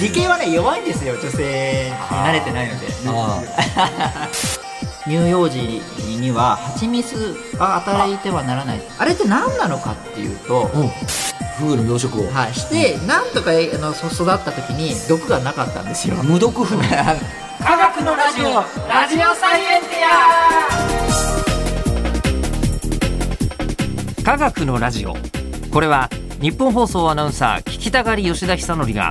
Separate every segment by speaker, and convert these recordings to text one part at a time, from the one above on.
Speaker 1: 理系はね弱いんですよ女性に慣れてないので乳幼児には蜂蜜は与えてはならないあれって何なのかっていうと、
Speaker 2: うんフグの養殖を、
Speaker 1: はい、して、なんとかあのそ育った時に毒がなかったんですよ
Speaker 2: 無毒フグ
Speaker 1: 科学のラジオラジオサイエンティ
Speaker 3: 科学のラジオこれは日本放送アナウンサー聞きたがり吉田久典が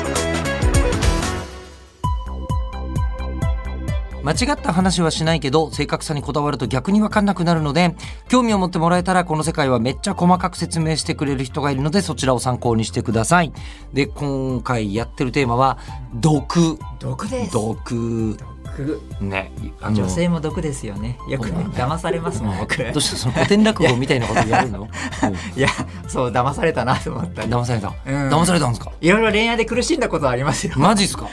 Speaker 3: 間違った話はしないけど正確さにこだわると逆に分かんなくなるので興味を持ってもらえたらこの世界はめっちゃ細かく説明してくれる人がいるのでそちらを参考にしてくださいで今回やってるテーマは毒
Speaker 1: 毒です
Speaker 3: 毒
Speaker 1: 毒
Speaker 3: ねあ
Speaker 1: 女性も毒ですよねよくね騙されますもん僕
Speaker 3: どうしたその古典落語みたいなことや るの
Speaker 1: いやそう騙されたなと思った
Speaker 3: お
Speaker 1: り
Speaker 3: 騙された、
Speaker 1: ん
Speaker 3: 騙されたんですか
Speaker 1: いろいろ恋愛で苦しんだことはありますよ
Speaker 3: マジっすか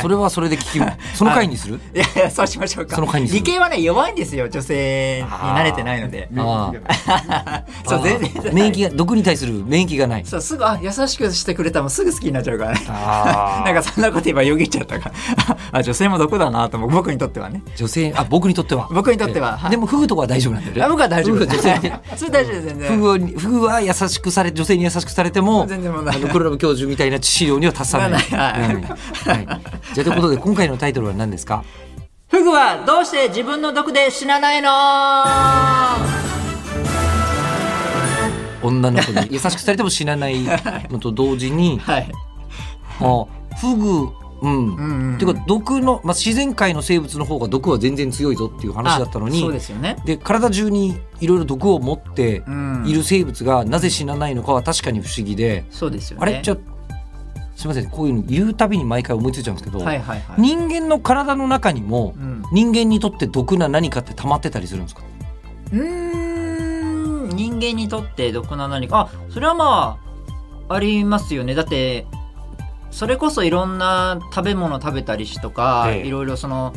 Speaker 3: それはそれで聞きその回にする
Speaker 1: いやいやそうしましょうか
Speaker 3: その回にする
Speaker 1: 理系はね弱いんですよ女性に慣れてないので
Speaker 3: あ あ
Speaker 1: そう全然
Speaker 3: ああ免疫が毒に対する免疫がない
Speaker 1: そうすぐあ優しくしてくれたらもうすぐ好きになっちゃうからね
Speaker 3: あ
Speaker 1: なんかそんなこと今よぎっちゃったから あ女性も毒だなと思う僕にとってはね
Speaker 3: 女性あ僕にとっては
Speaker 1: 僕にとっては
Speaker 3: ええ
Speaker 1: はい
Speaker 3: でもフグとかは大丈夫なんだよね
Speaker 1: あ僕は大丈夫
Speaker 3: フグ
Speaker 1: で
Speaker 3: は
Speaker 1: す
Speaker 3: 女性に
Speaker 1: それ大丈夫です全
Speaker 3: フ
Speaker 1: 然
Speaker 3: グはフグは優しくされ女性に優しくされても
Speaker 1: 全然問題ない
Speaker 3: あの黒ラブ教授みたいな資料には達さない
Speaker 1: ならない
Speaker 3: うんはいじゃあということで今回のタイトルは何ですか
Speaker 1: フグはどうして自分の毒で死なないの
Speaker 3: 女の子に優しくされても死なないのと同時に
Speaker 1: はい
Speaker 3: あフグうん、
Speaker 1: んうん
Speaker 3: ていうか毒の、まあ、自然界の生物の方が毒は全然強いぞっていう話だったのに
Speaker 1: あそうですよね
Speaker 3: で体中にいろいろ毒を持って
Speaker 1: うん
Speaker 3: いる生物がなぜ死なないのかは確かに不思議で、
Speaker 1: そうですよね
Speaker 3: あれちょ
Speaker 1: っ
Speaker 3: っとすみませんこういうの言うたびに毎回思いついちゃうんですけど、
Speaker 1: はいはいはい
Speaker 3: 人間の体の中にも、
Speaker 1: うん
Speaker 3: 人間にとって毒な何かって溜まってたりするんですか
Speaker 1: うーん人間にとって毒な何かあそれはまあありますよねだってそれこそいろんな食べ物食べたりしとか、
Speaker 3: ええ
Speaker 1: いろいろその、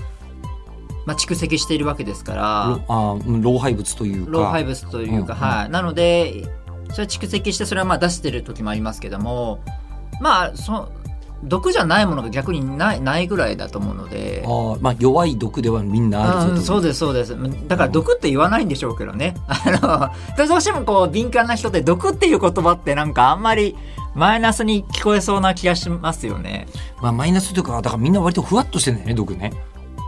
Speaker 1: まあ、蓄積しているわけですから
Speaker 3: ろあーうん老廃物というか
Speaker 1: 老廃物というか、
Speaker 3: うん
Speaker 1: はい、なのでそれは蓄積してそれはまあ出してる時もありますけどもまあそ毒じゃないものが逆にないないぐらいだと思うので。
Speaker 3: あーまあ、弱い毒ではみんなあ
Speaker 1: う
Speaker 3: る
Speaker 1: ん
Speaker 3: ぞ
Speaker 1: そう
Speaker 3: と
Speaker 1: ですそうですだから毒って言わないんでしょうけどねあのどうしてもこう敏感な人って毒っていう言葉ってなんかあんまりマイナスに聞こえそうな気がしますよね
Speaker 3: まあ、マイナスというかだからみんな割とふわっとしてんだよね毒ね。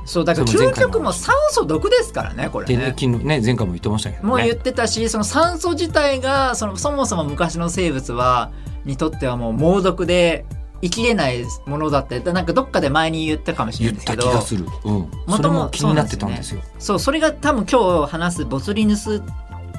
Speaker 1: そうだから
Speaker 3: それも前
Speaker 1: 究
Speaker 3: 回も
Speaker 1: 極も酸素毒ですからねこれ
Speaker 3: で
Speaker 1: ね
Speaker 3: ね昨日ね前回も言ってましたけどね。
Speaker 1: もう言ってたしその酸素自体がそのそもそも昔の生物はにとってはもう猛毒で生きれないものだってなんかどっかで前に言ったかもしれな
Speaker 3: 言
Speaker 1: い
Speaker 3: っ
Speaker 1: んですけ
Speaker 3: た
Speaker 1: ど
Speaker 3: 気がする。うん。それも気になってたんですよ。
Speaker 1: そうそれが多分今日話すボツリヌス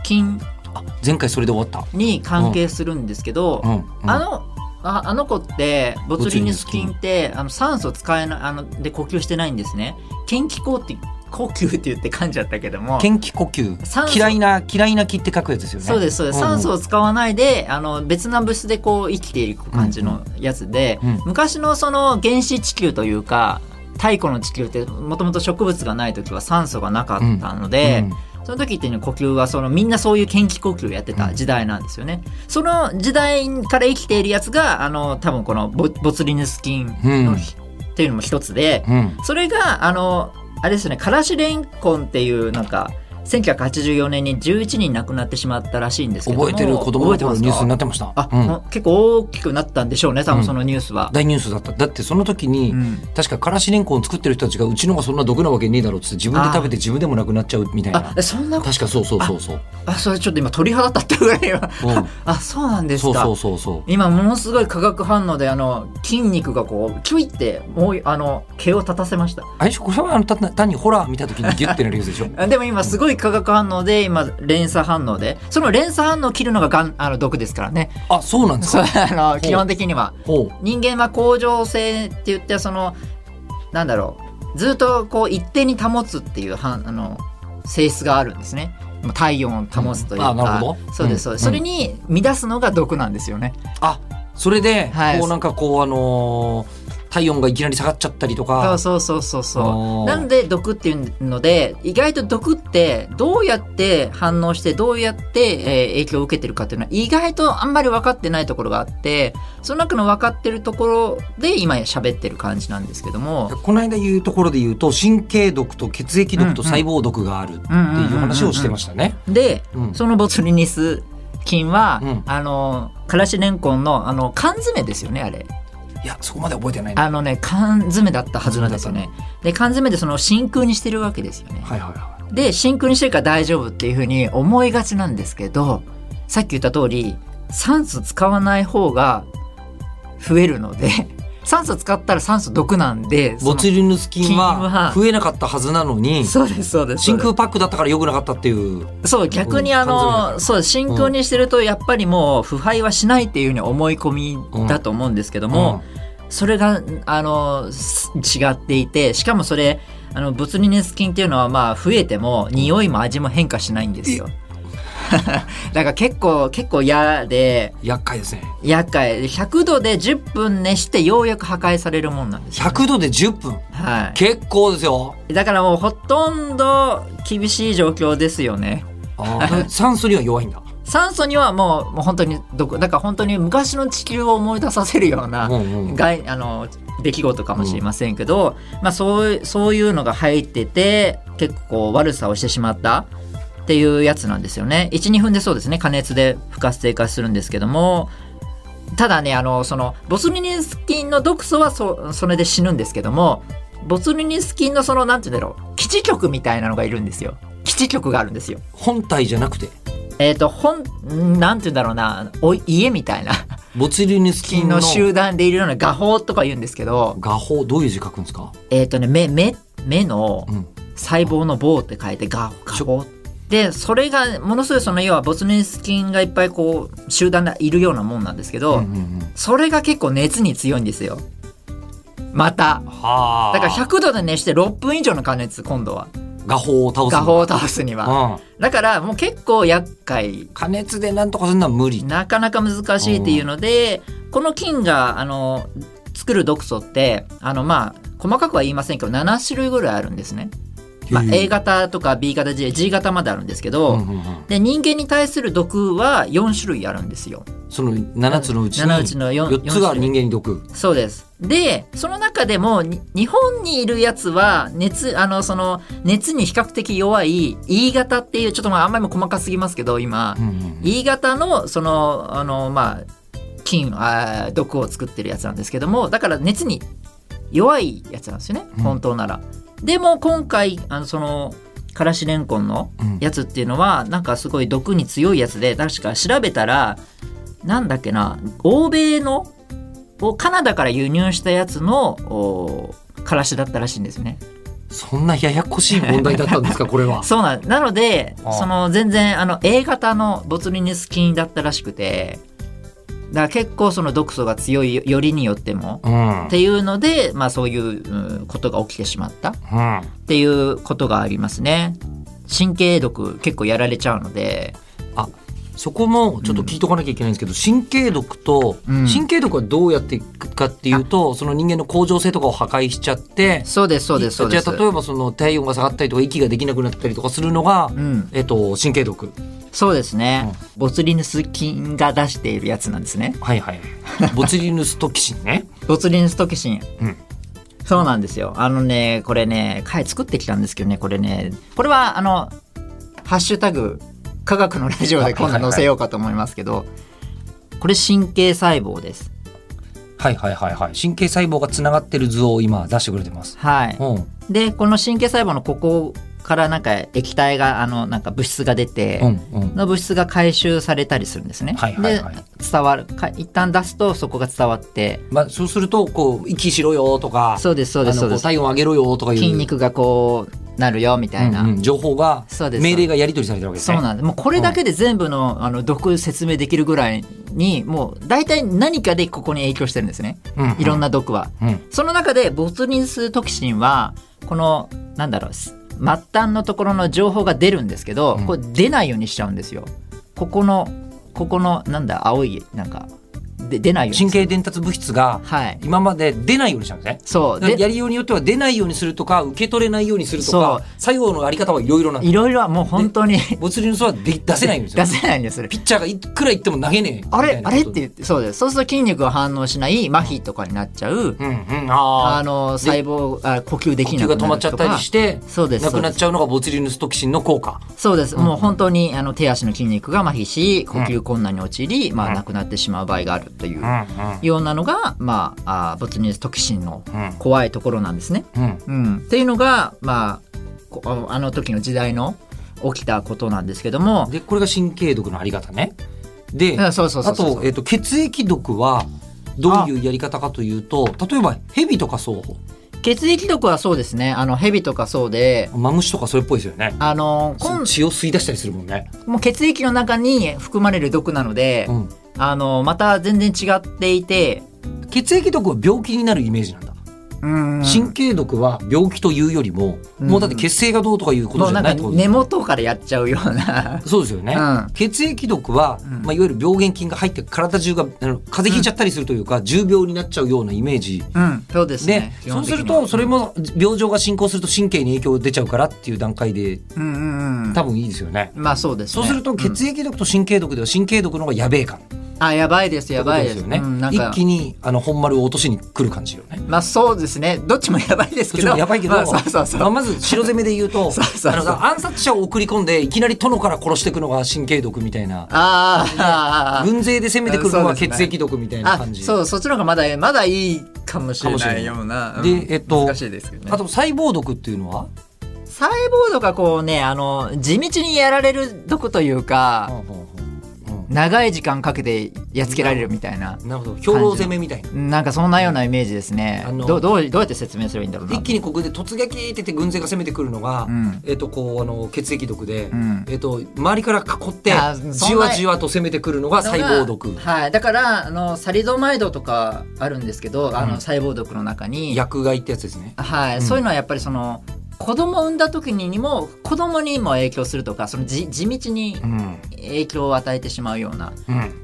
Speaker 1: 菌
Speaker 3: あ前回それで終わっ
Speaker 1: に関係するんですけど、
Speaker 3: た。うん。うん
Speaker 1: あのああの子ってボツリヌス菌ってあの酸素使えないあので呼吸してないんですね献気口って呼吸って言って噛んじゃったけども
Speaker 3: 嫌気呼
Speaker 1: 酸
Speaker 3: 吸
Speaker 1: 素
Speaker 3: 嫌いな嫌いな気って書くやつですよね。
Speaker 1: そうですそうです、
Speaker 3: ん
Speaker 1: 酸素を使わないであの別な物質でこう生きていく感じのやつで、
Speaker 3: うんうん
Speaker 1: 昔のその原始地球というか太古の地球ってもともと植物がない時は酸素がなかったので、
Speaker 3: うん
Speaker 1: その時っていうのは呼吸はそのみんなそういう献気呼吸をやってた時代なんですよね。その時代から生きているやつがあの多分このボボツリヌス菌の、
Speaker 3: うん
Speaker 1: っていうのも一つで、
Speaker 3: うん。
Speaker 1: それがあのあれですねからしれんこんっていうなんか1984年に11人亡くなってしまったらしいんですけども
Speaker 3: 覚えてる子供
Speaker 1: 覚
Speaker 3: の頃
Speaker 1: えてますか
Speaker 3: ニュースになってました。
Speaker 1: あ、
Speaker 3: うん
Speaker 1: もう結構大きくなったんでしょうね多分そのニュースは、
Speaker 3: 大ニュースだった。だってその時に、
Speaker 1: うん
Speaker 3: 確かからしれんこん作ってる人たちがうちのがそんな毒なわけねえだろうっつって自分で食べて自分でもなくなっちゃうみたいな。
Speaker 1: あそんなこと
Speaker 3: 確かそうそうそうそう。
Speaker 1: あそれちょっと今鳥肌立ったぐらいは、
Speaker 3: うん
Speaker 1: あそうなんです
Speaker 3: そう
Speaker 1: か
Speaker 3: そうそうそう。
Speaker 1: 今ものすごい化学反応であの筋肉がこうキュイってもうあの毛を立たせました
Speaker 3: あれでしょこれはあのた単にホラー見た時にギュッてなるやつでしょ
Speaker 1: あでも今すごい化学反応で今連鎖反応でその連鎖反応を切るのががんあの毒ですからね
Speaker 3: あそうなんです
Speaker 1: そう
Speaker 3: か
Speaker 1: あの基本的には
Speaker 3: ほう
Speaker 1: 人間は恒常性って言ってそのなんだろうずっとこう一定に保つっていうはんあの性質があるんですねまあ体温を保つというか、
Speaker 3: うんあなるほど
Speaker 1: そうですそうです、そ
Speaker 3: うん
Speaker 1: れに乱すのが毒なんですよね。
Speaker 3: あそれで、
Speaker 1: はい
Speaker 3: こうなんかこうあのー体温がいきなり下がっちゃったりとか
Speaker 1: そうそうそうそうそ
Speaker 3: お
Speaker 1: う
Speaker 3: ー
Speaker 1: なんで毒っていうので意外と毒ってどうやって反応してどうやって、えー影響を受けてるかっていうのは意外とあんまり分かってないところがあってその中の分かってるところで今喋ってる感じなんですけども。
Speaker 3: この間言うところで言うと神経毒と血液毒と細胞毒があるっていう話をしてましたね。
Speaker 1: で
Speaker 3: うん
Speaker 1: そのボツリニス菌は、
Speaker 3: うん
Speaker 1: あのからしれんこんのあの缶詰ですよねあれ
Speaker 3: いやそこまで覚えてないな。
Speaker 1: あのね缶詰だったはずなんですよねで缶詰でその真空にしてるわけですよね、
Speaker 3: はいはいは
Speaker 1: で真空にしてるから大丈夫っていうふうに思いがちなんですけどさっき言った通り酸素使わない方が増えるので 酸素使ったら酸素毒なんで
Speaker 3: い。
Speaker 1: その
Speaker 3: ボツリヌス菌
Speaker 1: 菌は
Speaker 3: は増えなかったはずなのに
Speaker 1: そうですそうです
Speaker 3: 真空パックだったから良くなかったっていう。
Speaker 1: そう逆にあ
Speaker 3: 缶詰だか
Speaker 1: の
Speaker 3: ら
Speaker 1: そう真空にしてるとやっぱりもう腐敗はしないっていうふうに思い込みだと思うんですけども、それがあのす違っていてしかもそれあのボツリヌス菌っていうのはまあ増えても匂いも味も変化しないんですよ だから結構結構嫌で
Speaker 3: うん厄介ですね。
Speaker 1: 厄介100度で10分熱してようやく破壊されるもんなんですよ、
Speaker 3: 100度で10分
Speaker 1: は
Speaker 3: 結構で すよ。
Speaker 1: い、だからもうほとんど厳しい状況ですよね
Speaker 3: あー酸素には弱いんだ。
Speaker 1: 酸素にはもうもう本当にどこだから本当に昔の地球を思い出させるような、
Speaker 3: うんうん
Speaker 1: 外あの出来事かもしれませんけど、まあ、そういうそういうのが入ってて結構悪さをしてしまったっていうやつなんですよね12分でそうですね加熱で不活性化するんですけどもただねあのそのボツリヌス菌の毒素はそそれで死ぬんですけどもボツリヌス菌のそのなんて言うんだろう基地局みたいなのがいるんですよ基地局があるんですよ
Speaker 3: 本体じゃなくて
Speaker 1: えっ、と本んなんて言うんだろうなお家みたいな
Speaker 3: ボツリヌス菌
Speaker 1: 菌
Speaker 3: の
Speaker 1: の集団でいるような画法とか言うんですけど
Speaker 3: 画法どういう字書くんですか、
Speaker 1: えっ、とね目目目の
Speaker 3: うん、
Speaker 1: 細胞の棒って書いてガガボでそれがものすごいその要はボツリヌス菌がいっぱいこう集団でいるようなもんなんですけど、
Speaker 3: うんうんうん
Speaker 1: それが結構熱に強いんですよまた
Speaker 3: はあ
Speaker 1: だから100度で熱して6分以上の加熱今度は
Speaker 3: 画法を倒す
Speaker 1: 画法を倒すには
Speaker 3: 法、うん、
Speaker 1: だからもう結構厄介
Speaker 3: 加熱でなんとかするのは無理
Speaker 1: なかなか難しいっていうのでこの菌があの作る毒素ってあのまあ細かくは言いませんけど7種類ぐらいあるんですね、まあ、
Speaker 3: へえ
Speaker 1: A 型とか B 型 GG 型まであるんですけど、
Speaker 3: うんうんうん
Speaker 1: で人間に対する毒は4種類あるんですよ。
Speaker 3: その7つのうちに
Speaker 1: 7うちの 4,
Speaker 3: 4つが
Speaker 1: 種類
Speaker 3: 人間に毒
Speaker 1: そうですでその中でもに日本にいるやつは熱あのその熱に比較的弱い E 型っていうちょっとまああんまりも細かすぎますけど今、
Speaker 3: うんうんうん
Speaker 1: E 型のそのあのまあ菌あー毒を作ってるやつなんですけどもだから熱に弱いやつなんですよね
Speaker 3: うん
Speaker 1: 本当なら。でも今回あのそのからしれんこんの
Speaker 3: うん
Speaker 1: やつっていうのはなんかすごい毒に強いやつで確か調べたらなんだっけな欧米のをカナダから輸入したやつのおからしだったらしいんですね。
Speaker 3: そんなややこしい問題だったんで すかこれは
Speaker 1: そうなんなので
Speaker 3: ああ
Speaker 1: その全然あの A 型のボツリヌス菌だったらしくてだから結構その毒素が強いよよりによっても
Speaker 3: うん、う
Speaker 1: っ
Speaker 3: ん、
Speaker 1: ていうので、まあ、そういううんことが起きてしまったっていうことがありますね。神経毒結構やられちゃうので
Speaker 3: そこもちょっと聞いとかなきゃいけないんですけど、神経毒と、
Speaker 1: うん
Speaker 3: 神経毒はどうやっていくかっていうとその人間の恒常性とかを破壊しちゃって
Speaker 1: そうですそうですそうです。
Speaker 3: じゃあ例えばその体温が下がったりとか息ができなくなったりとかするのが、
Speaker 1: うん、
Speaker 3: えっと、神経毒
Speaker 1: そうですね、ボツリヌス菌が出しているやつなんですね
Speaker 3: は いはいボツリヌストキシンね
Speaker 1: ボツリヌストキシン、
Speaker 3: うん
Speaker 1: そうなんですよあのねこれね回作ってきたんですけどねこれねこれはあの「ハッシュタグ科学のラジオ」で今度載せようかと思いますけど、これ神経細胞です
Speaker 3: はいはいはいはい神経細胞がつながってる図を今出してくれてます
Speaker 1: はい
Speaker 3: うん
Speaker 1: でこの神経細胞のここからなんか液体があのなんか物質が出て、
Speaker 3: うんうん
Speaker 1: の物質が回収されたりするんですね。
Speaker 3: はいはいはい
Speaker 1: で伝わるか一旦出すとそこが伝わって
Speaker 3: まあ、そうするとこう息しろよとか
Speaker 1: そうですそうです
Speaker 3: あ
Speaker 1: そ
Speaker 3: の
Speaker 1: う
Speaker 3: こ
Speaker 1: で
Speaker 3: う
Speaker 1: す
Speaker 3: 体温上げろよとかいう
Speaker 1: 筋肉がこうなるよみたいな、
Speaker 3: うんうん情報が
Speaker 1: そうです
Speaker 3: 命令がやり取りされてるわけです
Speaker 1: そ
Speaker 3: ね
Speaker 1: うなんですもうこれだけで全部の,、あの毒説明できるぐらいにもう大体何かでここに影響してるんですね
Speaker 3: うんうん
Speaker 1: いろんな毒は、
Speaker 3: うん
Speaker 1: その中でボツリヌストキシンはこのなんだろう末端のところの情報が出るんですけど、
Speaker 3: うん
Speaker 1: これ出ないようにしちゃうんですよここのここのなんだ青いなんかで出ないように
Speaker 3: 神経伝達物質が
Speaker 1: はい
Speaker 3: 今まで出ないようにしたんですね。
Speaker 1: そうで
Speaker 3: やりようによっては出ないようにするとか受け取れないようにするとか作業のあり方はいろいろなんで
Speaker 1: いろいろはもう本当に
Speaker 3: 物理の層はで出せないんです よ
Speaker 1: 出せないんですよ
Speaker 3: ピッチャーがいくら言っても投げねえ
Speaker 1: あれあれって
Speaker 3: う、
Speaker 1: 言ってそうですそうすると筋肉が反応しない麻痺とかになっちゃう
Speaker 3: うんうん、あ
Speaker 1: あ
Speaker 3: あ
Speaker 1: の細胞あ呼吸で
Speaker 3: 呼
Speaker 1: き
Speaker 3: 吸
Speaker 1: な
Speaker 3: が
Speaker 1: く
Speaker 3: 止ま
Speaker 1: な
Speaker 3: っ
Speaker 1: る
Speaker 3: ちゃっ
Speaker 1: と
Speaker 3: た
Speaker 1: か
Speaker 3: りして
Speaker 1: そうです
Speaker 3: なく
Speaker 1: そう
Speaker 3: なっ
Speaker 1: です
Speaker 3: ちゃうのがボツリヌストキシンの効果
Speaker 1: そうです、もう本当にあの手足の筋肉が麻痺し呼吸困難に陥り、ま
Speaker 3: うん
Speaker 1: あ、亡くなってしまう場合があるというう、
Speaker 3: ん
Speaker 1: ようなのが、まあ、あーボツリヌストキシンの
Speaker 3: うん
Speaker 1: 怖いところなんですね。
Speaker 3: うん
Speaker 1: うん、っていうのが、まあこ、あのあの時の時代の起きたことなんですけども
Speaker 3: でこれが神経毒のあり方ねで
Speaker 1: あそうそうそ
Speaker 3: あ
Speaker 1: うそう
Speaker 3: と,、えっと血液毒はどういうやり方かというと例えば蛇とかそう
Speaker 1: 血液毒はそうですねあの蛇とかそうで
Speaker 3: マムシとかそれっぽいですよね
Speaker 1: あのこん
Speaker 3: 血を吸い出したりするもんね、
Speaker 1: もう血液の中に含まれる毒なので、
Speaker 3: うん、
Speaker 1: あのまた全然違っていて、
Speaker 3: 血液毒は病気になるイメージなんだ
Speaker 1: うん
Speaker 3: 神経毒は病気というよりも、
Speaker 1: うん
Speaker 3: もうだって血清がどうとかいうこ
Speaker 1: も
Speaker 3: と
Speaker 1: う
Speaker 3: じ
Speaker 1: な
Speaker 3: ゃ
Speaker 1: ん
Speaker 3: ない
Speaker 1: か
Speaker 3: ってこと
Speaker 1: 根元からやっちゃうような
Speaker 3: そうですよね、
Speaker 1: うん
Speaker 3: 血液毒は、
Speaker 1: うん
Speaker 3: まあ、いわゆる病原菌が入って体中があの風邪ひいちゃったりするというか、重病になっちゃうようなイメージ
Speaker 1: うんそうです
Speaker 3: で
Speaker 1: ね基
Speaker 3: そう
Speaker 1: 本
Speaker 3: す
Speaker 1: 的に
Speaker 3: る
Speaker 1: は
Speaker 3: とそれも病状が進行すると神経に影響出ちゃうからっていう段階で
Speaker 1: うんうんうん
Speaker 3: 多分いいですよね。
Speaker 1: まあそうです
Speaker 3: そ
Speaker 1: ね
Speaker 3: うすると
Speaker 1: ん
Speaker 3: 血液毒と神経毒では神経毒の方がやべえ感
Speaker 1: あやばいですやばいです
Speaker 3: ってことですよね、
Speaker 1: うん、なんか
Speaker 3: 一気にあの本丸を落としに来る感じよね。
Speaker 1: まあそうですねどっちもやばいです
Speaker 3: そっ
Speaker 1: け
Speaker 3: ち
Speaker 1: ど
Speaker 3: もやばいけど、
Speaker 1: まあ、そうそうそう、
Speaker 3: まあまず白攻めで言うと
Speaker 1: そうそうそう
Speaker 3: あのさ暗殺者を送り込んでいきなり殿から殺していくのが神経毒みたいな
Speaker 1: あーあー
Speaker 3: 軍勢で攻めてくるの
Speaker 1: あ
Speaker 3: が
Speaker 1: そうです
Speaker 3: 血
Speaker 1: ね
Speaker 3: 液毒みたいな
Speaker 1: あー
Speaker 3: 感
Speaker 1: あ
Speaker 3: じ
Speaker 1: そうそっちの方がまだまだいいかもしれ
Speaker 3: かもしれな
Speaker 1: ないいような
Speaker 3: で
Speaker 1: うん
Speaker 3: えっと
Speaker 1: 難しいですけどね
Speaker 3: あと細胞毒っていうのは、
Speaker 1: 細胞とかこうねあの地道にやられる毒というか、
Speaker 3: うん
Speaker 1: 長い時間かけてやっつけられるみたいな、
Speaker 3: なるほど兵糧攻めみたいな
Speaker 1: なんかそんなようなイメージですね
Speaker 3: あの
Speaker 1: どうどうどうやって説明すればいいんだろうな
Speaker 3: 一気にここで突撃って言って軍勢が攻めてくるのが、
Speaker 1: うん
Speaker 3: えっとこうあの血液毒で、
Speaker 1: ん
Speaker 3: えっと周りから囲って
Speaker 1: あそんな
Speaker 3: じわじわと攻めてくるのが細胞毒
Speaker 1: はいだからあのサリドマイドとかあるんですけどあの細胞毒の中に、
Speaker 3: 薬害ってやつですね
Speaker 1: はい、
Speaker 3: うん
Speaker 1: そういうのはやっぱりその子供を産んだ時にも子供にも影響するとかそのじ地道に
Speaker 3: ん
Speaker 1: 影響を与えてしまうような
Speaker 3: うん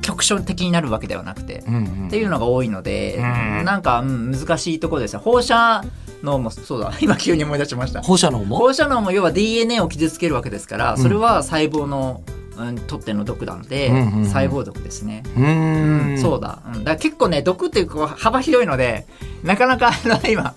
Speaker 1: 局所的になるわけではなくて、
Speaker 3: うん
Speaker 1: っていうのが多いので、
Speaker 3: うん
Speaker 1: なんか、うん、難しいところですね放射能もそうだ 今急に思い出しました
Speaker 3: 放射能も
Speaker 1: 放射能も要は DNA を傷つけるわけですからそれは細胞の、うん、とっての毒なので、
Speaker 3: うんうんうん
Speaker 1: 細胞毒ですね、
Speaker 3: うーん
Speaker 1: そうだ,、うん、だから結構ね毒っていうか幅広いのでなかなかあの今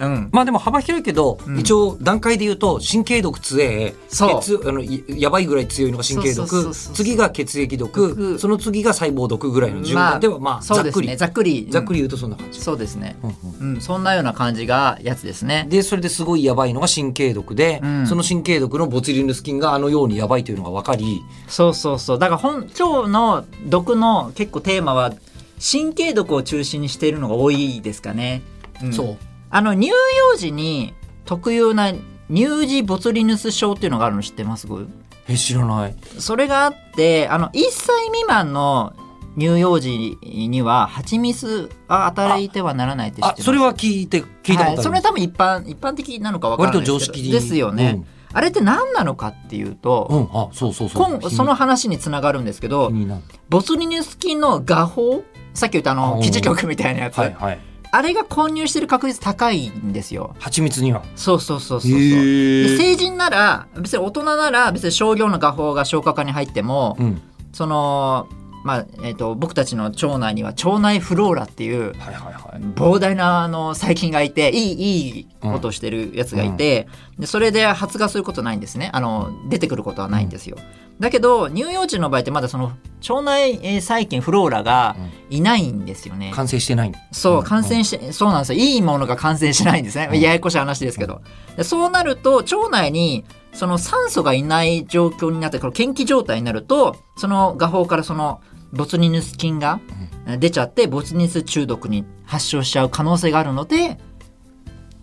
Speaker 1: うん
Speaker 3: まあでも幅広いけど、
Speaker 1: うん
Speaker 3: 一応段階で言うと神経毒強え
Speaker 1: そう
Speaker 3: 血あのいやばいぐらい強いのが神経毒
Speaker 1: そうそうそうそう
Speaker 3: 次が血液毒
Speaker 1: 毒
Speaker 3: その次が細胞毒ぐらいの順番ではまあ、
Speaker 1: そう
Speaker 3: ざっ
Speaker 1: です
Speaker 3: くり、
Speaker 1: ねざっくり
Speaker 3: ざっ
Speaker 1: り、
Speaker 3: くり言うとそんな感
Speaker 1: うん
Speaker 3: じ、
Speaker 1: そうですね
Speaker 3: うんうん
Speaker 1: うんそんなような感じがやつですね
Speaker 3: でそれですごいやばいのが神経毒で、
Speaker 1: うん
Speaker 3: その神経毒のボツリヌス菌があのようにやばいというのが分かり
Speaker 1: そうそうそうだから本今日の毒の結構テーマは神経毒を中心にしているのが多いですかね、ん
Speaker 3: そう
Speaker 1: あの乳幼児に特有な乳児ボツリヌス症っていうのがあるの知ってますごい
Speaker 3: え知らない
Speaker 1: それがあってあの1歳未満の乳幼児には蜂蜜は与えてはならないって知って
Speaker 3: あ
Speaker 1: ます
Speaker 3: それは聞いて聞いたことある、
Speaker 1: はい、それ多分一般一般的なのか分からないですけど
Speaker 3: 割と常識に
Speaker 1: ですよね、あれって何なのかっていう
Speaker 3: う
Speaker 1: と、
Speaker 3: んあそうそうそ
Speaker 1: こ
Speaker 3: うん
Speaker 1: その話につながるんですけど、
Speaker 3: 気になる
Speaker 1: ボツリヌス菌の画法さっき言ったあ
Speaker 3: う
Speaker 1: の
Speaker 3: ん
Speaker 1: 基地局みたいなやつ、
Speaker 3: はいはい
Speaker 1: あれが混入してる確率高いんですよ
Speaker 3: 蜂蜜には
Speaker 1: そうそうそうそうそう、
Speaker 3: へ
Speaker 1: で
Speaker 3: ー
Speaker 1: 成人なら別に大人なら別に商業の画法が消化管に入っても、
Speaker 3: うん
Speaker 1: そのまあえっと僕たちの腸内には腸内フローラっていう
Speaker 3: はいはいはい
Speaker 1: 膨大なあの細菌がいていいいいことをしてるやつがいて、でそれで発芽することないんですねあの出てくることはないんですよ、だけど乳幼児の場合ってまだその腸内えー細菌フローラがいないんですよね、
Speaker 3: 完成してない
Speaker 1: そううん感染して、そうなんですよいいものが感染しないんですね、
Speaker 3: うん
Speaker 1: ややこしい話ですけど、でそうなると腸内にその酸素がいない状況になってこの嫌気状態になるとその画法からそのボツリヌス菌が出ちゃってボツリヌス中毒に発症しちゃう可能性があるので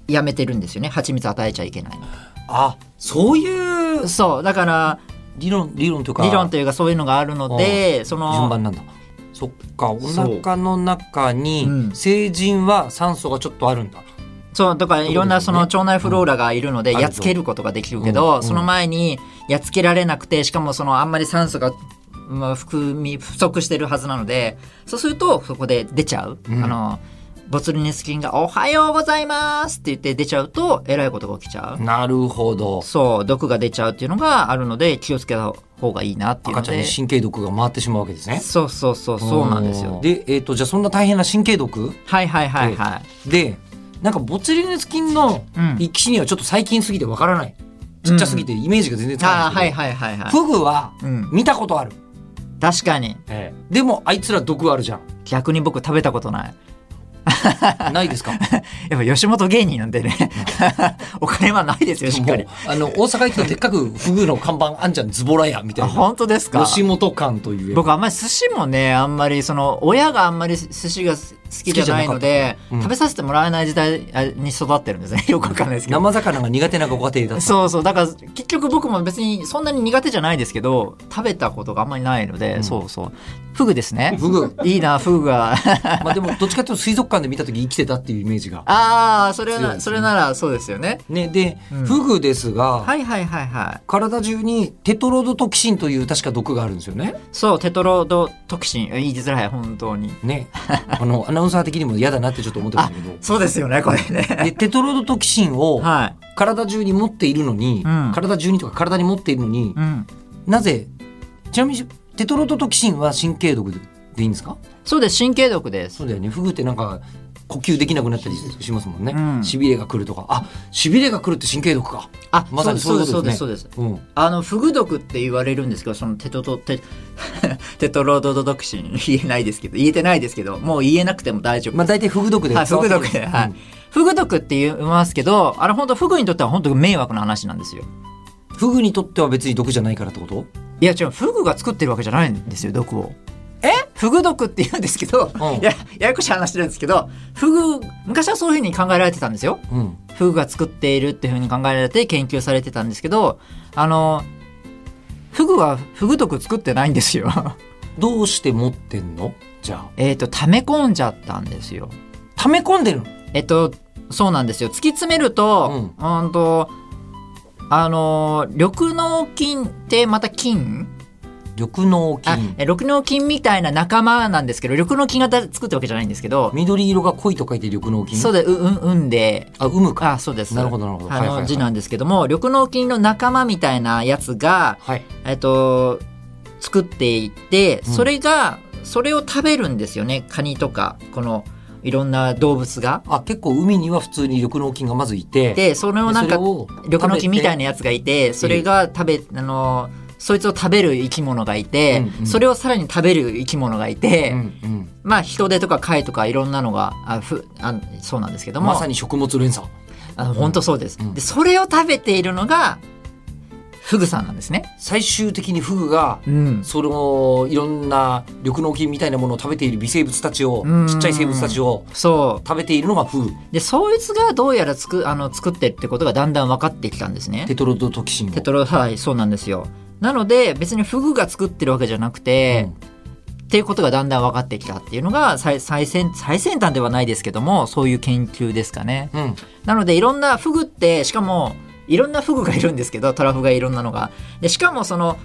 Speaker 1: やめてるんですよね蜂蜜与えちゃいけない
Speaker 3: あそういう
Speaker 1: そうだから
Speaker 3: 理論理論というか
Speaker 1: 理論というかそういうのがあるのでその
Speaker 3: 順番なんだそっかお
Speaker 1: そう
Speaker 3: 腹の中に
Speaker 1: うん
Speaker 3: 成人は酸素がちょっとあるんだ
Speaker 1: そうだからいろんなその腸内フローラがいるので
Speaker 3: うん
Speaker 1: やっつけることができるけど、
Speaker 3: うん
Speaker 1: その前にやっつけられなくてしかもそのあんまり酸素が、まあ、含み不足してるはずなのでそうするとそこで出ちゃう、あのボツリヌス菌が「おはようございます」って言って出ちゃうとえらいことが起きちゃう。
Speaker 3: なるほど
Speaker 1: そう毒が出ちゃうっていうのがあるので気をつけた方がいいなっていうの
Speaker 3: 赤
Speaker 1: で
Speaker 3: ちゃんに神経毒が回ってしまうわけですね
Speaker 1: そうそうそうそうなんですよ。
Speaker 3: で、えー、とじゃあそんな大変な神経毒
Speaker 1: はいはいはいはい。
Speaker 3: でなんかボツリヌス菌の
Speaker 1: うん
Speaker 3: 一気にはちょっと最近すぎてわからない、ちっちゃすぎてイメージが全然つ
Speaker 1: あ
Speaker 3: か
Speaker 1: ー
Speaker 3: な
Speaker 1: はいい
Speaker 3: んです
Speaker 1: はいはい
Speaker 3: け
Speaker 1: は
Speaker 3: ど、フグは
Speaker 1: いう
Speaker 3: 見たことある、
Speaker 1: ん、確かに
Speaker 3: でもあいつら毒あるじゃん
Speaker 1: 逆に僕食べたことない
Speaker 3: な いですか
Speaker 1: やっぱ吉本芸人なんでね お金はないですよしっ
Speaker 3: も
Speaker 1: か
Speaker 3: う
Speaker 1: り
Speaker 3: あの大阪行くとでっかくフグの看板あんじゃんズボラやみた
Speaker 1: あ
Speaker 3: いな
Speaker 1: 本当ですか
Speaker 3: 吉本感という
Speaker 1: 僕あんまり寿司もねあんまりその親があんまり寿司が好きじゃないので
Speaker 3: うん
Speaker 1: 食べさせてもらえない時代に育ってるんですね よくわかんないですけど
Speaker 3: 生魚が苦手なご家庭だ った
Speaker 1: そうそうだから結局僕も別にそんなに苦手じゃないですけど食べたことがあんまりないので、
Speaker 3: ん
Speaker 1: そうそうフグですね
Speaker 3: フグ
Speaker 1: いいなフグが
Speaker 3: まあでもどっちかというと水族館で見た時生きてたっていうイメージが。
Speaker 1: ああそれ
Speaker 3: 強い
Speaker 1: な、
Speaker 3: ですね
Speaker 1: それならそうですよね
Speaker 3: ね、で、
Speaker 1: うん
Speaker 3: フグですが、
Speaker 1: はいはいはいはい
Speaker 3: 体中にテトロドトキシンという確か毒があるんですよね。
Speaker 1: そうテトロドトキシン言いづらい本当に
Speaker 3: ね あのアナウンサー的にも嫌だなってちょっと思ってましたけど。
Speaker 1: そうですよねこれね
Speaker 3: でテトロドトキシンを
Speaker 1: は
Speaker 3: 体中に持っているのに、
Speaker 1: うん
Speaker 3: 体中にとか体に持っているのに
Speaker 1: い、う、ん、
Speaker 3: なぜちなみにテトロドトキシンは神経毒でいいんですか
Speaker 1: そうです神経毒です
Speaker 3: そうだよねフグってなんか呼吸できなくなったりしますもんね、
Speaker 1: うん
Speaker 3: しびれが来るとかあしびれが来るって神経毒か
Speaker 1: あ
Speaker 3: まさにそういうことですね
Speaker 1: そうですそうですそうです
Speaker 3: うん
Speaker 1: あのフグ毒って言われるんですけどそのテトト テテトロドドトキシン言えないですけど言えてないですけどもう言えなくても大丈夫
Speaker 3: まあ大体フグ毒で
Speaker 1: はい、
Speaker 3: 伝
Speaker 1: フ
Speaker 3: わっ
Speaker 1: グ
Speaker 3: てくる
Speaker 1: 毒で、は
Speaker 3: う
Speaker 1: い
Speaker 3: ん。
Speaker 1: フグ毒って言いますけど、あれ本当フグにとっては本当迷惑な話なんですよ。
Speaker 3: フグにとっては別に毒じゃないからってこと
Speaker 1: いや違う、フグが作ってるわけじゃないんですよ、毒を。えフグ毒って言うんですけど、
Speaker 3: うん
Speaker 1: やややこしい話してるんですけどフグ昔はそういうふうに考えられてたんですよ
Speaker 3: うん
Speaker 1: フグが作っているっていうふうに考えられて研究されてたんですけどあのフグはフグ毒作ってないんですよ
Speaker 3: どうして持ってんのじゃあ
Speaker 1: えっと溜め込んじゃったんですよ
Speaker 3: 溜め込んでるの
Speaker 1: えっとそうなんですよ突き詰めると、うん、とあの緑脳菌ってまた菌
Speaker 3: 緑脳
Speaker 1: あ
Speaker 3: 菌
Speaker 1: え緑脳菌みたいな仲間なんですけど緑脳菌が作ったわけじゃないんですけど
Speaker 3: 緑色が濃いと書いて緑脳菌
Speaker 1: そうでううんうんで
Speaker 3: あ有無か
Speaker 1: あそうです
Speaker 3: なるほどなるほど
Speaker 1: あ
Speaker 3: はいはいは
Speaker 1: の
Speaker 3: い
Speaker 1: 字なんですけども緑脳菌の仲間みたいなやつが、
Speaker 3: はい
Speaker 1: えっと、作っていて
Speaker 3: うん
Speaker 1: それが、それを食べるんですよねカニとかこのいろんな動物が。
Speaker 3: あ結構海には普通に緑脳菌がまずいて
Speaker 1: でそれを
Speaker 3: で
Speaker 1: なん
Speaker 3: それ
Speaker 1: か
Speaker 3: を
Speaker 1: 緑の木みたい
Speaker 3: な
Speaker 1: なやつがいてそれが食べあのそいつを食べる生き物がいて、
Speaker 3: うんうん
Speaker 1: それをさらに食べる生き物がいて、
Speaker 3: うんうん
Speaker 1: まあ人手とか貝とかいろんなのがあふあそうなんですけども、
Speaker 3: まさに食物連鎖
Speaker 1: あの本当そうです、
Speaker 3: うん
Speaker 1: でそれを食べているのがフグさんなんですね、
Speaker 3: 最終的にフグが
Speaker 1: うん、
Speaker 3: そのいろんな緑脳菌みたいなものを食べている微生物たちを
Speaker 1: うん
Speaker 3: ちっちゃい生物たちを
Speaker 1: そ
Speaker 3: 食べているのがフグ
Speaker 1: うでそいつがどうやらつくあの作ってるってことがだんだん分かってきたんですね
Speaker 3: テトロドトキシンを
Speaker 1: テトロはいそうなんですよなので別にフグが作ってるわけじゃなくて、っていうことがだんだん分かってきたっていうのが最最先最先端ではないですけどもそういう研究ですかね
Speaker 3: うんうん
Speaker 1: なのでいろんなフグってしかもいろんなフグがいるんですけどトラフがいろんなのがでしかもその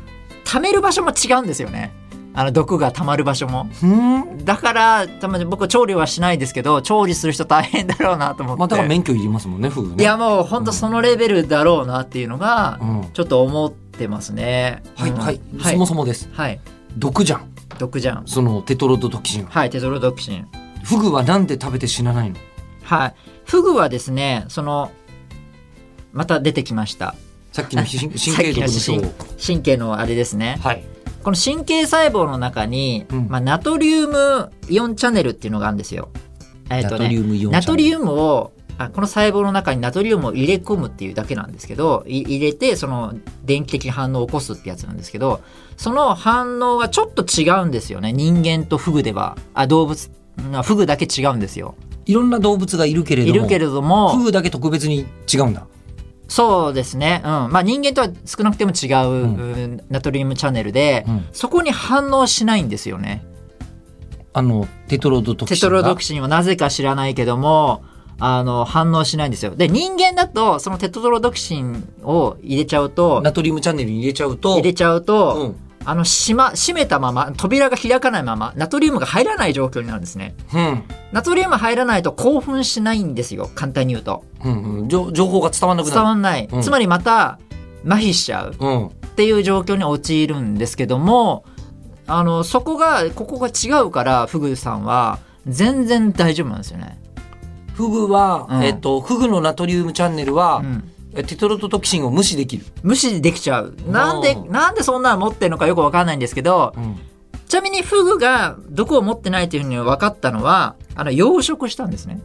Speaker 1: 溜める場所も違うんですよねあの毒が溜まる場所も
Speaker 3: ふーん
Speaker 1: だからたまに僕調理はしないですけど調理する人大変だろうなと思って、
Speaker 3: まあだから免許いりますもんねフグ
Speaker 1: い
Speaker 3: ね
Speaker 1: やもうほんとそのレベルだろうなっていうのが
Speaker 3: うん
Speaker 1: ちょっと思ってますね、
Speaker 3: はい
Speaker 1: うん
Speaker 3: はい
Speaker 1: は
Speaker 3: そ
Speaker 1: い
Speaker 3: もそもです
Speaker 1: はい
Speaker 3: 毒じゃん
Speaker 1: 毒じゃん
Speaker 3: そのテトロドトキシンは
Speaker 1: はいテトロドキシン
Speaker 3: フグはなんで食べて死なないの
Speaker 1: はいフグはですねそのまた出てきました
Speaker 3: さっきのひ神経毒の
Speaker 1: さっきの
Speaker 3: 症
Speaker 1: 神経のあれですね
Speaker 3: はい
Speaker 1: この神経細胞の中に、
Speaker 3: うん
Speaker 1: まあ、ナトリウムイオンチャネルっていうのがあるんですよ。えっ
Speaker 3: ナ
Speaker 1: と
Speaker 3: トリ
Speaker 1: ね、
Speaker 3: ウムイオン
Speaker 1: ナトリ
Speaker 3: ウ
Speaker 1: ウムをあこの細胞の中にナトリウムを入れ込むっていうだけなんですけどい入れてその電気的反応を起こすってやつなんですけどその反応がちょっと違うんですよね人間とフグではあ動物うんフグだけ違うんですよ
Speaker 3: いろんな動物がいるけれど
Speaker 1: い
Speaker 3: も
Speaker 1: るけれども
Speaker 3: フグだけ特別に違うんだ
Speaker 1: そうですね、うんまあ、人間とは少なくても違う、
Speaker 3: うん
Speaker 1: うんナトリウムチャネルで、
Speaker 3: うん
Speaker 1: そこに反応しないんですよね。
Speaker 3: あのテトロドトキ
Speaker 1: テ
Speaker 3: シ
Speaker 1: ト
Speaker 3: ンが
Speaker 1: ロドキシンはなぜか知らないけどもあの反応しないんですよで人間だとそのテトドロドキシンを入れちゃうと
Speaker 3: ナトリウムチャンネルに入れちゃうと
Speaker 1: 入れちゃう
Speaker 3: う
Speaker 1: と、
Speaker 3: ん
Speaker 1: あの閉,、ま、閉めたまま扉が開かないままナトリウムが入らない状況になるんですね
Speaker 3: うん
Speaker 1: ナトリウム入らないと興奮しないんですよ簡単に言うと
Speaker 3: うんうん、情情報が伝わらなく
Speaker 1: 伝
Speaker 3: な
Speaker 1: わ
Speaker 3: る
Speaker 1: んない、
Speaker 3: うん
Speaker 1: つまりまた麻痺しちゃう
Speaker 3: うん
Speaker 1: っていう状況に陥るんですけどもあのそこがここが違うからフグさんは全然大丈夫なんですよね。
Speaker 3: フグは、
Speaker 1: うん
Speaker 3: えっとフグのナトリウムチャンネル
Speaker 1: う
Speaker 3: は、
Speaker 1: ん
Speaker 3: えテトロトトキシンを無視できる、
Speaker 1: 無視できちゃうなんで
Speaker 3: うん
Speaker 1: なんでそんなの持ってるのかよくわかんないんですけどちなみにフグが毒を持ってないというふうに分かったのはあの養殖したんですね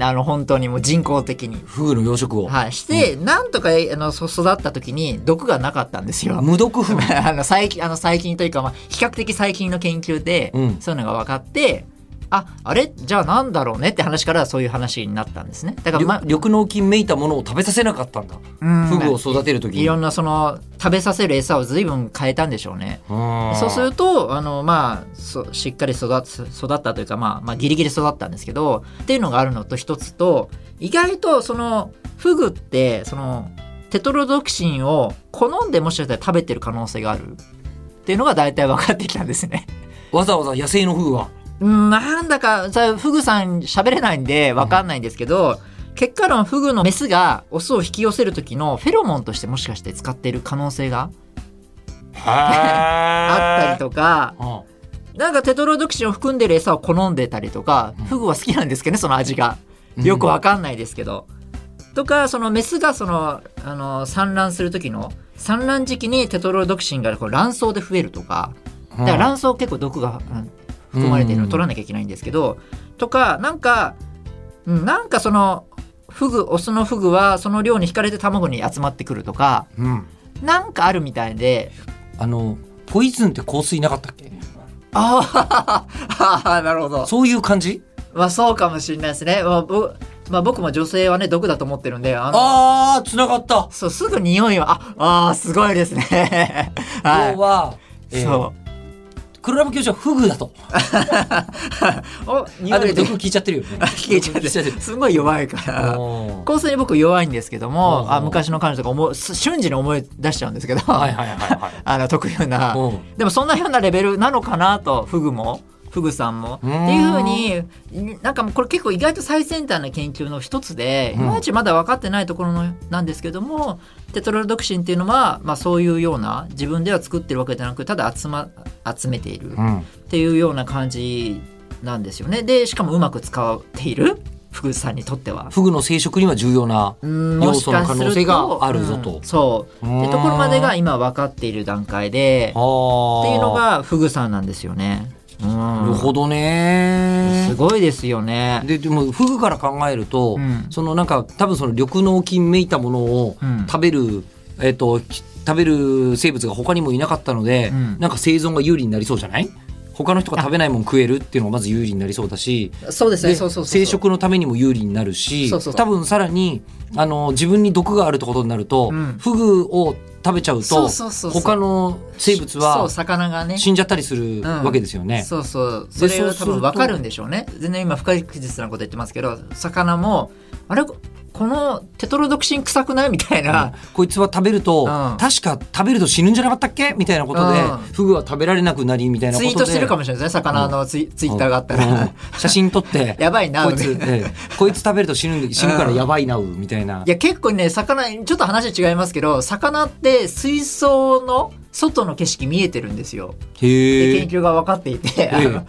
Speaker 1: あの本当にもう人工的に、
Speaker 3: フグの養殖を、
Speaker 1: はい、して、なんとかあのそ育った時に毒がなかったんですよ
Speaker 3: 無毒フグ
Speaker 1: あの最近あの最近というか、まあ、比較的最近の研究で、
Speaker 3: うん
Speaker 1: そういうのが分かってああれじゃあなんだろうねって話からそういう話になったんですねだから、
Speaker 3: 緑
Speaker 1: ま
Speaker 3: 緑脳菌めいたものを食べさせなかったんだ、
Speaker 1: うん
Speaker 3: フグを育てる時
Speaker 1: い
Speaker 3: に
Speaker 1: ろんなその食べさせる餌を随分変えたんでしょうねそうするとあの、まあ、そしっかり育つ育ったというか、まあまあ、ギリギリ育ったんですけどっていうのがあるのと一つと意外とそのフグってそのテトロドキシンを好んでもしかしたら食べてる可能性があるっていうのが大体分かってきたんですね。
Speaker 3: わざわざ野生のフグは
Speaker 1: うんなんだかさフグさん喋れないんで分かんないんですけど、結果論フグのメスがオスを引き寄せる時のフェロモンとしてもしかして使っている可能性があったり
Speaker 3: あ
Speaker 1: とか。
Speaker 3: と
Speaker 1: なんかテトロドキシンを含んでる餌を好んでたりとか、
Speaker 3: うん
Speaker 1: フグは好きなんですけどねその味が
Speaker 3: うん
Speaker 1: よくわかんないですけど、とかそのメスがそのあの産卵する時の産卵時期にテトロドキシンがこう卵巣で増えるとかだから卵巣結構毒が、うん含まれてるのを取らなきゃいけないんですけど、とかなんかうんなんかそのフグオスのフグはその量に惹かれて卵に集まってくるとか
Speaker 3: うん
Speaker 1: なんかあるみたいで
Speaker 3: あのポイズンって香水なかったっけ
Speaker 1: あ あ なるほど
Speaker 3: そういう感じ
Speaker 1: まあそうかもしれないですね。まあ、ぼまあ、僕も女性はね毒だと思ってるんで、あの
Speaker 3: あーつながった
Speaker 1: そうすぐ匂いはああーすごいですね。 は
Speaker 3: 要は、
Speaker 1: い。
Speaker 3: えー
Speaker 1: そ
Speaker 3: クロラブ教授はフグだと
Speaker 1: う。お匂
Speaker 3: あ
Speaker 1: い
Speaker 3: でも
Speaker 1: で
Speaker 3: 毒聞いちゃってるよね
Speaker 1: 聞いちゃってすごい弱いから。
Speaker 3: おー
Speaker 1: 香水に僕弱いんですけど
Speaker 3: おうおう
Speaker 1: も、あ昔の彼女とか思うす瞬時に思い出しちゃうんですけど、
Speaker 3: はいはいはいはい
Speaker 1: あの特有な。
Speaker 3: うん
Speaker 1: でもそんなようなレベルなのかなとフグもフグさんも。って
Speaker 3: うん
Speaker 1: いうふうになんかもうこれ結構意外と最先端な研究の一つでい
Speaker 3: うん
Speaker 1: まいちまだ分かってないところのなんですけどもテトロドキシンっていうのは、まあ、そういうような自分では作ってるわけじゃなくただ集,、ま、集めている
Speaker 3: うん
Speaker 1: っていうような感じなんですよね。でしかもうまく使っているフグさんにとっては。
Speaker 3: フグの生殖には重要な
Speaker 1: うん
Speaker 3: 要素の可能性があるぞ
Speaker 1: う
Speaker 3: と
Speaker 1: ん。そうってところまでが今分かっている段階で。っていうの
Speaker 3: あ
Speaker 1: がフグさんなんですよね。うん、
Speaker 3: ーなるほど
Speaker 1: す
Speaker 3: ね。
Speaker 1: ごいですよね。
Speaker 3: ででもフグから考えると、
Speaker 1: うん
Speaker 3: そのなんか多分その緑脳菌めいたものを
Speaker 1: うん
Speaker 3: 食べる、えっ、とき食べる生物が他にもいなかったので、
Speaker 1: うん
Speaker 3: なんか生存が有利になりそうじゃない？他の人が食べないもん食えるっていうのがまず有利になりそうだし、
Speaker 1: そうです
Speaker 3: で生殖のためにも有利になるし
Speaker 1: そうそうそう
Speaker 3: 多分さらにあの自分に毒があるってことになると、
Speaker 1: うん
Speaker 3: フグを食べちゃうと
Speaker 1: そうそうそうそう
Speaker 3: 他の生物
Speaker 1: そ
Speaker 3: は
Speaker 1: う魚がね。
Speaker 3: 死んじゃったりするわけですよね。
Speaker 1: そうそうそ
Speaker 3: で
Speaker 1: れは多
Speaker 3: そうすると
Speaker 1: 分分かるんでしょうね全然今不確実なこと言ってますけど魚もあれこのテトロドキシン臭くないみたいな、
Speaker 3: こいつは食べる
Speaker 1: うん
Speaker 3: と、確か食べると死ぬんじゃなかったっけみたいなことで、
Speaker 1: うん
Speaker 3: フグは食べられなくなりみたいな
Speaker 1: ツ
Speaker 3: こと
Speaker 1: イ
Speaker 3: で
Speaker 1: ートしてるかもしれないですね魚のツイ,、ツイッターがあったら、
Speaker 3: うん写真撮って
Speaker 1: やばいな
Speaker 3: こいつ、
Speaker 1: みたいな
Speaker 3: ええこいつ食べると死ぬんで死ぬからやばいなうみたいない
Speaker 1: や結構ね魚ちょっと話違いますけど魚って水槽の外の景色見えてるんですよ
Speaker 3: へ
Speaker 1: で
Speaker 3: え
Speaker 1: 研究が分かっていて、あの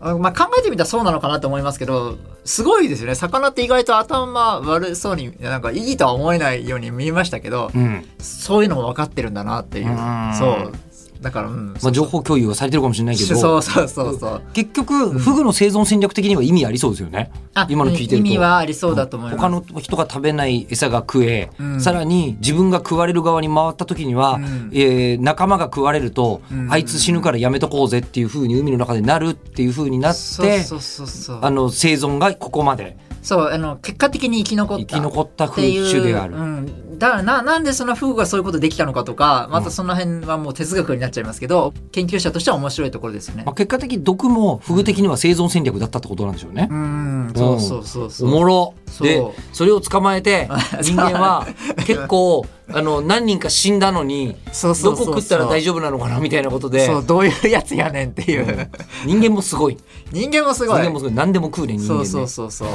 Speaker 1: あまあ、考えてみたらそうなのかなと思いますけどすごいですよね魚って意外と頭悪そうになんかいいとは思えないように見えましたけど、
Speaker 3: うん
Speaker 1: そういうのも分かってるんだなっていう
Speaker 3: うん
Speaker 1: そうだからうん、
Speaker 3: まあ、情報共有はされてるかもしれないけど
Speaker 1: そうそうそうそう
Speaker 3: 結局、フグの生存戦略的には意味ありそうですよね
Speaker 1: あ
Speaker 3: 今の聞いてると
Speaker 1: 意味はありそうだと思います、
Speaker 3: 他の人が食べない餌が食え、
Speaker 1: うん
Speaker 3: さらに自分が食われる側に回った時には、
Speaker 1: うん
Speaker 3: えー仲間が食われると、
Speaker 1: うん
Speaker 3: あいつ死ぬからやめとこうぜっていう風に海の中でなるっていう風になって
Speaker 1: そうそうそうそう
Speaker 3: あの生存がここまで
Speaker 1: そうあの結果的に生き残っ
Speaker 3: 生
Speaker 1: た
Speaker 3: き残った
Speaker 1: っ
Speaker 3: 風
Speaker 1: ていう
Speaker 3: 習である。
Speaker 1: うん、だからななんでその夫婦がそういうことできたのかとかまたその辺はもう哲学になっちゃいますけど研究者としては面白いところですよね
Speaker 3: まあ、。結果的に毒もフグ的には生存戦略だったってことなんでしょうね
Speaker 1: う。んそうそうそうそ
Speaker 3: お
Speaker 1: う。
Speaker 3: もろ
Speaker 1: そう
Speaker 3: でそれを捕まえて人間は 結構あの何人か死んだのに
Speaker 1: そうそ
Speaker 3: ど
Speaker 1: うそう
Speaker 3: こ
Speaker 1: そう
Speaker 3: 食ったら大丈夫なのかなみたいなことで
Speaker 1: そうどういうやつやねんっていう、
Speaker 3: 人間もすごい
Speaker 1: 人間もす
Speaker 3: 人
Speaker 1: ごい
Speaker 3: 間もすごい何でも食うね人
Speaker 1: そ
Speaker 3: 間ね
Speaker 1: うそうそうそう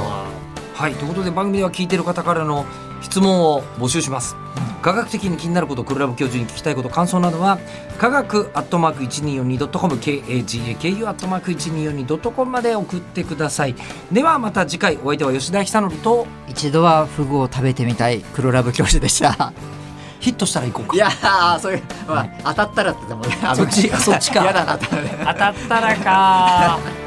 Speaker 3: はいということで番組では聞いてる方からの質問を募集します科学的に気になることクルラブ教授に聞きたいこと感想などは科学アットマーク 1242.com KAGAKU アットマーク 1242.com まで送ってくださいではまた次回お相手は吉田久典と
Speaker 1: 一度はフグを食べてみたい黒ラブ教授でした。
Speaker 3: ヒットしたら行こうか
Speaker 1: いやーそういう、まあ、当たったらってでもね
Speaker 3: そっちそっちか
Speaker 1: 嫌だなと思って
Speaker 4: 当たったらかー